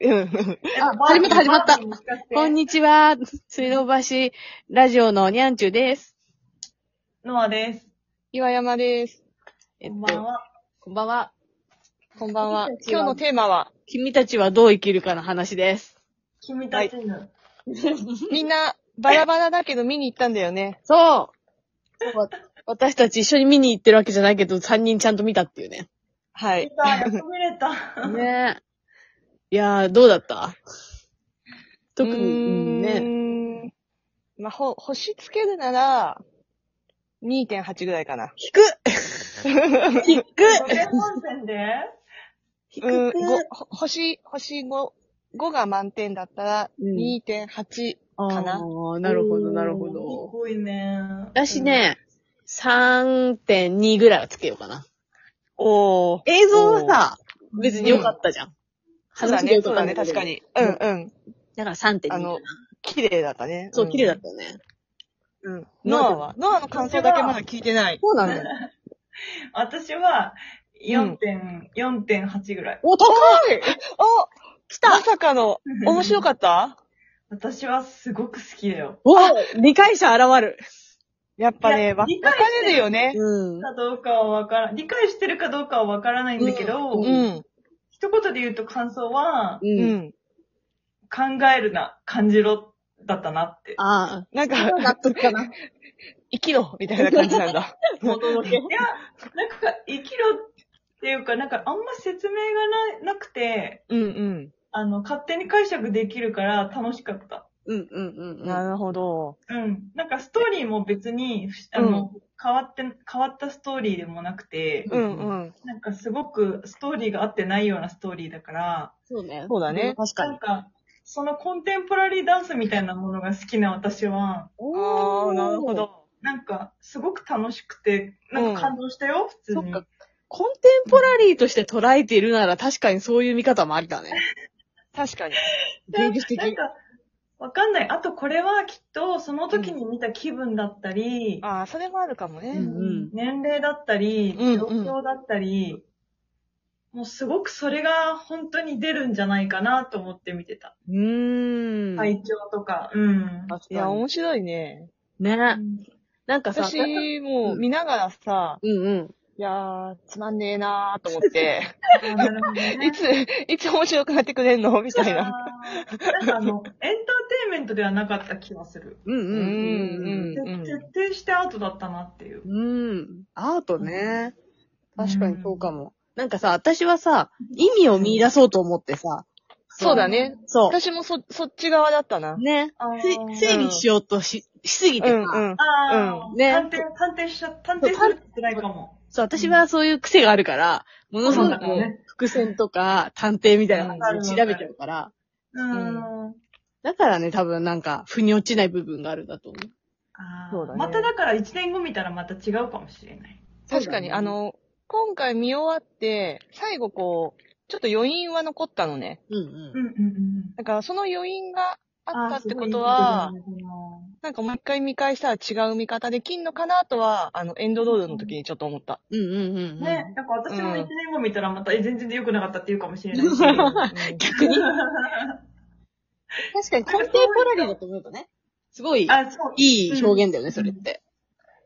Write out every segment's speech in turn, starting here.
うん。あ、始まった始まった ここんんににちは。水道橋ラジオのにゃんちゅうです。ノアです。岩山です。えっこんばんと、は。こんばんは。こんばんは。僕たちは今日のテーマは、君たちはどう生きるかの話です。君たちの。みんな、バラバラだけど見に行ったんだよね。そうわ私たち一緒に見に行ってるわけじゃないけど、3人ちゃんと見たっていうね。はい。さあ、やっと見れた。ねえ。いやー、どうだった特に、ううーんんね。まあ、ほ、星つけるなら、2.8ぐらいかな。低っ低っロケ本線でうん、ご、ほ星、星5、5が満点だったら、うん2.8。かなあーなるほど、なるほすど。ごいね。私ね、3.2ぐらいはつけようかな。おー。映像はさ、別に良かっったじゃん。そうだ話がね、良かそっうただんね、けど確か。に。うんうん。だから3.2かあなの。綺麗だったね。そう、綺麗だっったよね。た。うん。ノアはノアの感想だけまだ聞いてない。そうなんだ。た。私は、うん4.4.8ぐらい。お、高いいお来たまさかの、面白かった私はすごく好きだよ。わ理解者現る。やっぱいね、やわ、理解分かしてれるよね。うん。かどうかはわから、理解してるかどうかはわからないんだけど、ううん。一言で言うと感想は、う。うんん。考えるな、感じろ、だったなって。あなんあ。か、納得かな。 生きろみたいな 感じなんだ。いや、なんか、生きろっていうか、なんか、あんま説明がななくて、 うんうん。あの、勝手に解釈できるから楽しかった。うんうんうんうん。なるほど。うん。なんか、ストーリーも別に、ふしあの、変わって、変わったストーリーでもなくて、うんうん。なんか、すごくストーリーが合ってないようなストーリーだから、そうね。そうだね確かなんに。か、そのコンテンポラリーダンスみたいなものが好きな私は、ああ、なるほ。ど。なんか、すごく楽しくて、なんか感動したよ、普通そにっ。か。コンテンポラリーとして捉えているなら確かにそういう見方もありだね。確かに。芸術的。なんか、わかんない。あとこれはきっと、その時に見た気分だったり、ああ、それもあるかもうね。んうん年齢だったり、うんうん状況だったり、もうすごくそれが本当に出るんじゃないかなと思って見てた。うーん。体調とか。うん。確かいにや、面白いね。ね。なんかさ、私、もううん見ながらさ、うんうん。いやー、つまんねえなーと思って、あなるほどね いつ、いつ面白くなってくれん のみたいな。なんかあの、エンターテインメントではなかった気がする。うんうんうんうん徹徹底してアートだったなっていう。うん。うん。アートね。うん確かにそうかも。なんかさ、私はさ、意味を見出そうと思ってさ、そうだね。そ私もそ、そっち側だったなう。。ね。あーせ整理しようとし、しすぎうてさ、んうん。ああ、うんね探偵、探偵しちゃ、探偵するってないかも。そう、私はそういう癖があるから、ものすごそうくだね伏線とか探偵みたいな感じで調べちゃうから、うーん。だからね、多分なんか、腑に落ちない部分があるんだと思う。あーそうだねまただから1年後見たらまた違うかもしれない。確かに、あの、今回見終わって、最後こう、ちょっと余韻は残ったのね。うんううん。んうんうん。だからその余韻があったってことあはー、すごいいいこなんかもう一回見返したら違う見方できんのかなとは、あの、エンドロールの時にちょっと思った。うんうんうんうん。とだなね、なんか私も1年後見たらまた、え、全然良くなかったって言うかもしれないし。逆に確かに、コンテンポラリーだと思うとね、すごい、あ、そう。いい表現だよね、それって。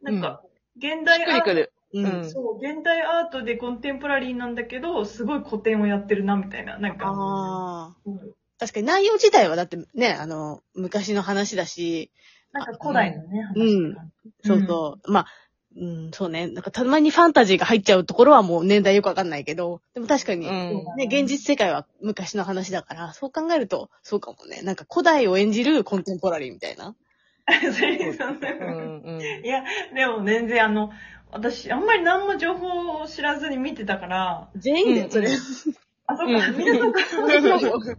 なんか、現代しっアくりーくト、る。うんそう、現代アートでコンテンポラリーなんだけど、すごい古典をやってるな、みたいな。なんか、ああ。うん確かに内容自体はだってね、あの、昔の話だし、なんか古代のね、うん話とかそうそう、まあ、うん、そうね、なんかたまにファンタジーが入っちゃうところはもう年代よくわかんないけど、でも確かに、うね、ん。現実世界は昔の話だから、そう考えると、そうかもね、なんか古代を演じるコンテンポラリーみたいな。 それそんなうん。うん。いや、でも全然あの、私、あんまり何も情報を知らずに見てたから、全員だよ、それ。あそこ、うんみんなそっかうん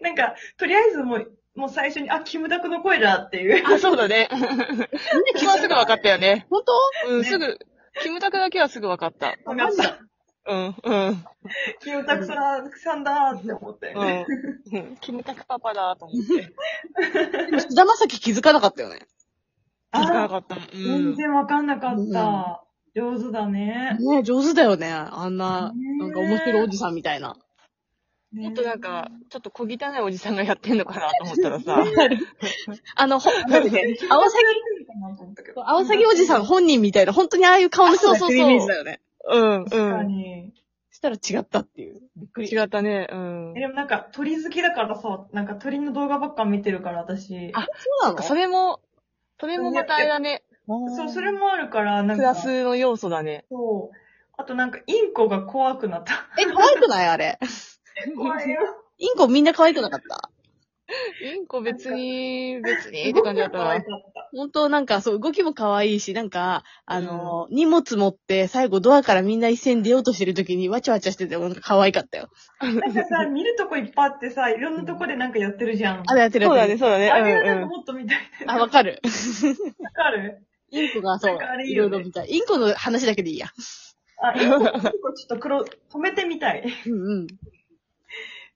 なんか、とりあえずもう、もう最初に、あ、キムタクの声だっていう。あ、そうだ ね。気はすぐ分かったよね。本当うん、すぐ。キムタクだけはすぐ分かった。わかった。うん、うん、キムタクさんさんだーって思って。うん。キムタクパパだと思って。でも、菅田将暉気づかなかったよね。気づかなあ、かった。う全ん。然わかんなかうっんた。上手だね。ね上手だよね。あんな、ねなんか面白いおじさんみたいな。もっとなんか、ちょっと小汚いおじさんがやってんのかなと思ったらさ、あの、ほ、なんてね、青ササギ、ギかなと思ったけど。青サギおじさん本人みたいな、本当にああいう顔の人がしてるイメージだよね。うん、確かうん。に。したら違ったっていう。びっくり。違ったね、うんえ、。でもなんか鳥好きだからさ、なんか鳥の動画ばっか見てるから私。あそうなのそれも、それもまたあれだね、そう、それもあるから、なんプか。ラスの要素だね。そう。あとなんかインコが怖くなった。え、可愛くないあれ。怖いよ。インコみんな可愛くなかったインコ別に、別にって感じだった可愛なか。った。本当なんか、そう、動きも可愛いし、なんか、あの、荷物持って、最後ドアからみんな一斉に出ようとしてる時に、わちゃわちゃしてて、なんか可愛かったよ。なんかさ、見るとこいっぱいあってさ、いろんなとこでなんかやってるじゃん。あれやってるそうだやつね、そうだね。あれがなんかうんうん。もっと見たいな。 あ、わかる。わかるインコがそうなんかあ、れいいいろよいねろ見たい。インコの話だけでいいや。あ、インコ、インコちょっと黒、止めてみたい。うんうん。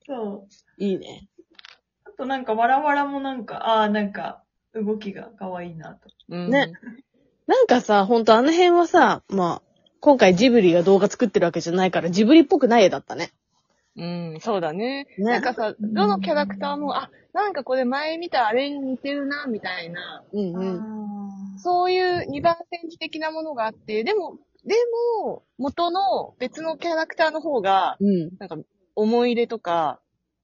そう。いいね。あとなんか、わらわらもなんか、ああ、なんか、動きが可愛いなと。うんね。なんかさ、ほんとあの辺はさ、まあ、今回ジブリが動画作ってるわけじゃないから、ジブリっぽくない絵だったね。うん、そうだね。ねなんかさ、どのキャラクターも、あ、なんかこれ前見たあれに似てるな、みたいな、うんうん。あーそういう二番センチ的なものがあって、でも、でも、元の別のキャラクターの方が、うん。なんか思い入れとか、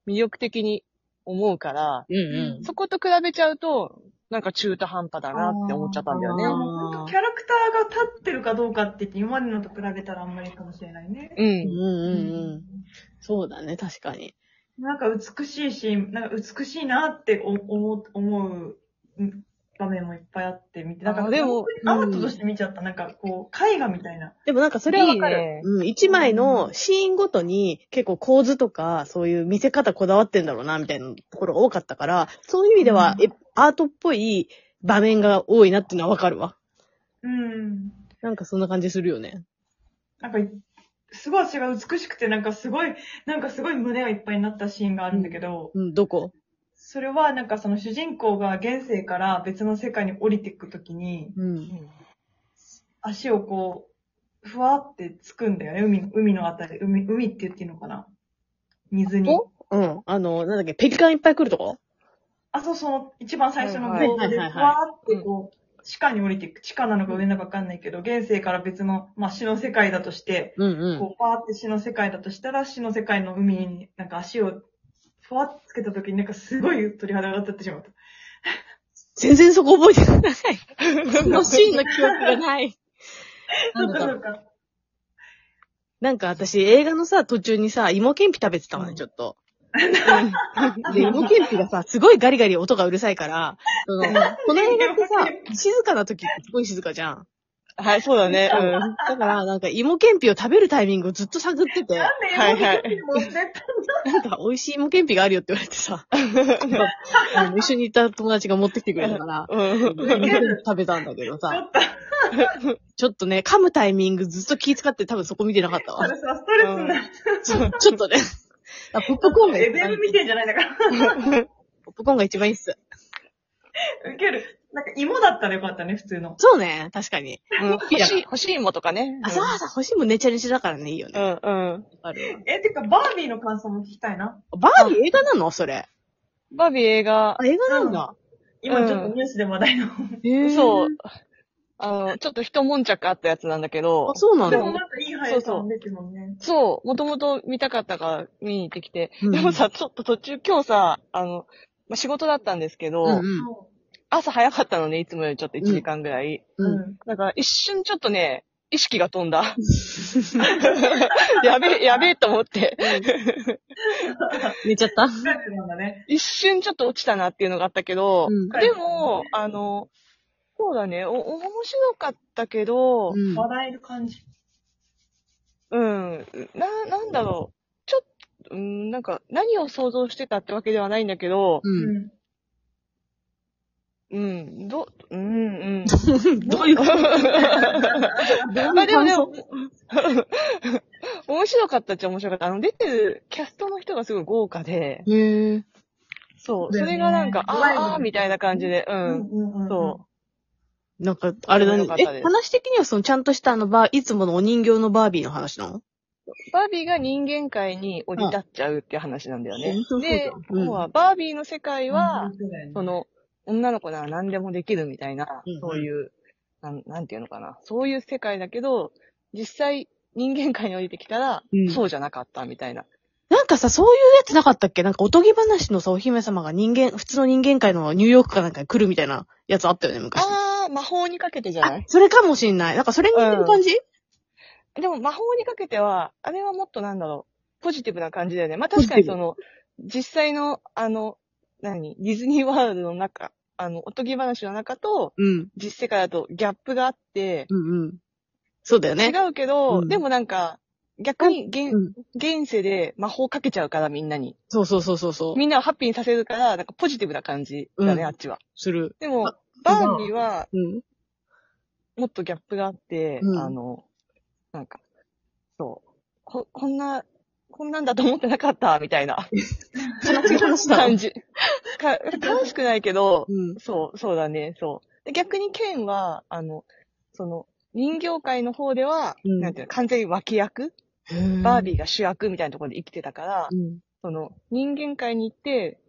魅力的に思うから、うんうん。そこと比べちゃうと、なんか中途半端だなって思っちゃったんだよねあー。ねほんとキャラクターが立ってるかどうかって言って、今までのと比べたらあんまりかもしれないね。ううんん。うんううんん。そうだね、確かに。なんか美しいし、なんか美しいなってお思う思ううん場面もいっぱいあって見て、なんあかでも本当にアートとして見ちゃった、なんかこう、絵画みたいな。でもなんかそれはわかいいるね。うん。一枚のシーンごとに結構構図とか、そういう見せ方こだわってんだろうな、みたいなところが多かったから、そういう意味では、うんえアートっぽい場面が多いなっていうのはわかるわ。うん。なんかそんな感じするよね。なんか、すごい足が美しくて、なんかすごい、なんかすごい胸がいっぱいになったシーンがあるんだけど、うん、どこそれはなんかその主人公が現世から別の世界に降りていくときに、うん。足をこう、ふわってつくんだよね、海の、海のあたり、海、海って言っていいのかな水に。おうん。あの、なんだっけ、ペリカンいっぱい来るとこあ、そう、その、一番最初のはいは動い画で、はわいはいはーってこう、地下に降りていく。地下なのか上なのかわかんないけど、現世から別の、まあ、死の世界だとして、うんうん。こう、バーって死の世界だとしたら、死の世界の海に、なんか足を、ふわってつけた時になんかすごい鳥肌が立ってしまった。全然そこ覚えてない。 そのシーンの記憶がない。そうか、そうか。なんか私、映画のさ、途中にさ、芋けんぴ食べてたわうね、んちょっ と。うんで、芋けんぴがさ、すごいガリガリ音がうるさいから、その、この映画って芋さ、静かな時ってすごい静かじゃん。はい、そうだね。うん。だから、なんか芋けんぴを食べるタイミングをずっと探ってて、なんではいはいエモ持ってったなんか美味しい芋けんぴがあるよって言われて さ、あの一緒にいた友達が持ってきてくれたから、うん。 芋けんぴ食べたんだけどちょさ、っと、ちょっとね、噛むタイミングずっと気遣って多分そこ見てなかったそ わ。れさ、ストレスになる。ちょちょっとね。あポップコーンがエ一ベ番ル見てんじゃないんだから。ポップコーンが一番いいっす。ウケる。なんか芋だったらよかったね、普通の。そうね、確かに。うん欲しい、欲しいもとかね。あ、そうそう、欲しいもんねちゃねちゃだからね、いいようね。ん、うん。わかるわえ、てか、バービーの感想も聞きたいな。バービー映画なのそれ。バービー映画あ、、映画なんだ。今ちょっとニュースで話題の。へーそう。あの、ちょっと一悶着あったやつなんだけどあ、、そうなんでだ。もなんかいい速さも出てるもんね。そう、もともと見たかったから見に行ってきて、うんでもさ、ちょっと途中今日さ、あの、まあ、仕事だったんですけど、うんうん。う朝早かったのね、いつもよりちょっと1時間ぐらい。うんん。だから一瞬ちょっとね、意識が飛 んだ。やべえ、やべえと思って。寝ちゃった疲れてるんだね。一瞬ちょっと落ちたなっていうのがあったけど、うんでも、あの、そうだね、お、面白かったけど、うん笑える感じ。うん、な、なんだろう。ちょっと、うん、なんか、何を想像してたってわけではないんだけど、ううん。ん。うん、ど、うん、うん。 どういう こと まあでもでも、 面白かったっちゃ面白かった。あの、出てるキャストの人がすごい豪華で、へえ。そう、だそよねれがなんか、ドライブああ、みたいな感じで、う、うんうんうん。そなんか、あれだねよかっ。たですえ、話的にはそのちゃんとしたあのバー、いつものお人形のバービーの話なのバービーが人間界に降り立っちゃうっていう話なんだよねうんそう。そうそうで、うん要はバービーの世界は、そその、の、女の子なら何でもできるみたいなうんうん、そういう、なん、なんていうのかな。そういう世界だけど、実際、人間界に降りてきたら、うんそうじゃなかったみたいな。なんかさ、そういうやつなかったっけなんかおとぎ話のさ、お姫様が人間、普通の人間界のニューヨークかなんかに来るみたいなやつあったよね、昔。あー、魔法にかけてじゃなあい、それかもしんない。なんかそれに似てる感じ、でも魔法にかけては、あれはもっとなんだろう、ポジティブな感じだよね。まあ確かにその、実際の、あの、何、ディズニーワールドの中、あの、おとぎ話の中と、うん、実世界だとギャップがあって、うん、うん。そうだよね。違うけど、うんでもなんか、逆に現、うん現世で魔法かけちゃうからみんなに。そうそうそうそうそう。みんなをハッピーにさせるから、なんかポジティブな感じだね、うんあっちは。する。でもあ、バービーはうん。もっとギャップがあって、うんあの、なんか、そう、こ、こんな、こんなんだと思ってなかった、みたいな悲しい話だ。感じ。か悲しくないけど、うん。そう、そうだね、そう。で逆にケンは、あの、その、人形界の方では、うんなんていうの、完全に脇役、バービーが主役みたいなところで生きてたから、うん。その、人間界に行って、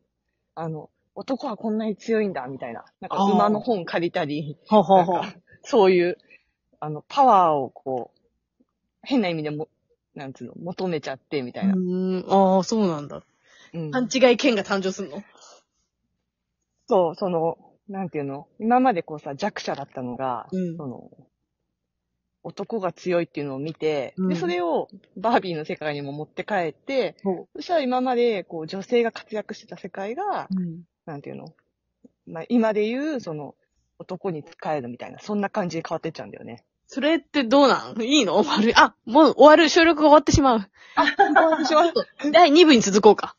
あの、男はこんなに強いんだ、みたいな。なんか、あー馬の本借りたり、ほうほうほうな。んかそういう、あの、パワーをこう、変な意味でも、なんつうの、求めちゃって、みたいな。うーん、ああ、そうなんだ。うん勘違い剣が誕生するのそう、その、なんていうの、今までこうさ、弱者だったのが、うんその、男が強いっていうのを見て、うんで、それをバービーの世界にも持って帰って、ほそしたら今まで、こう、女性が活躍してた世界が、うん。なんていうのまあ、今で言う、その、男に仕えるみたいな、そんな感じで変わってっちゃうんだよね。それってどうなんいい の終わる。あ、もう終わる。収録が終わってしまう。私は、 第2部に続こうか。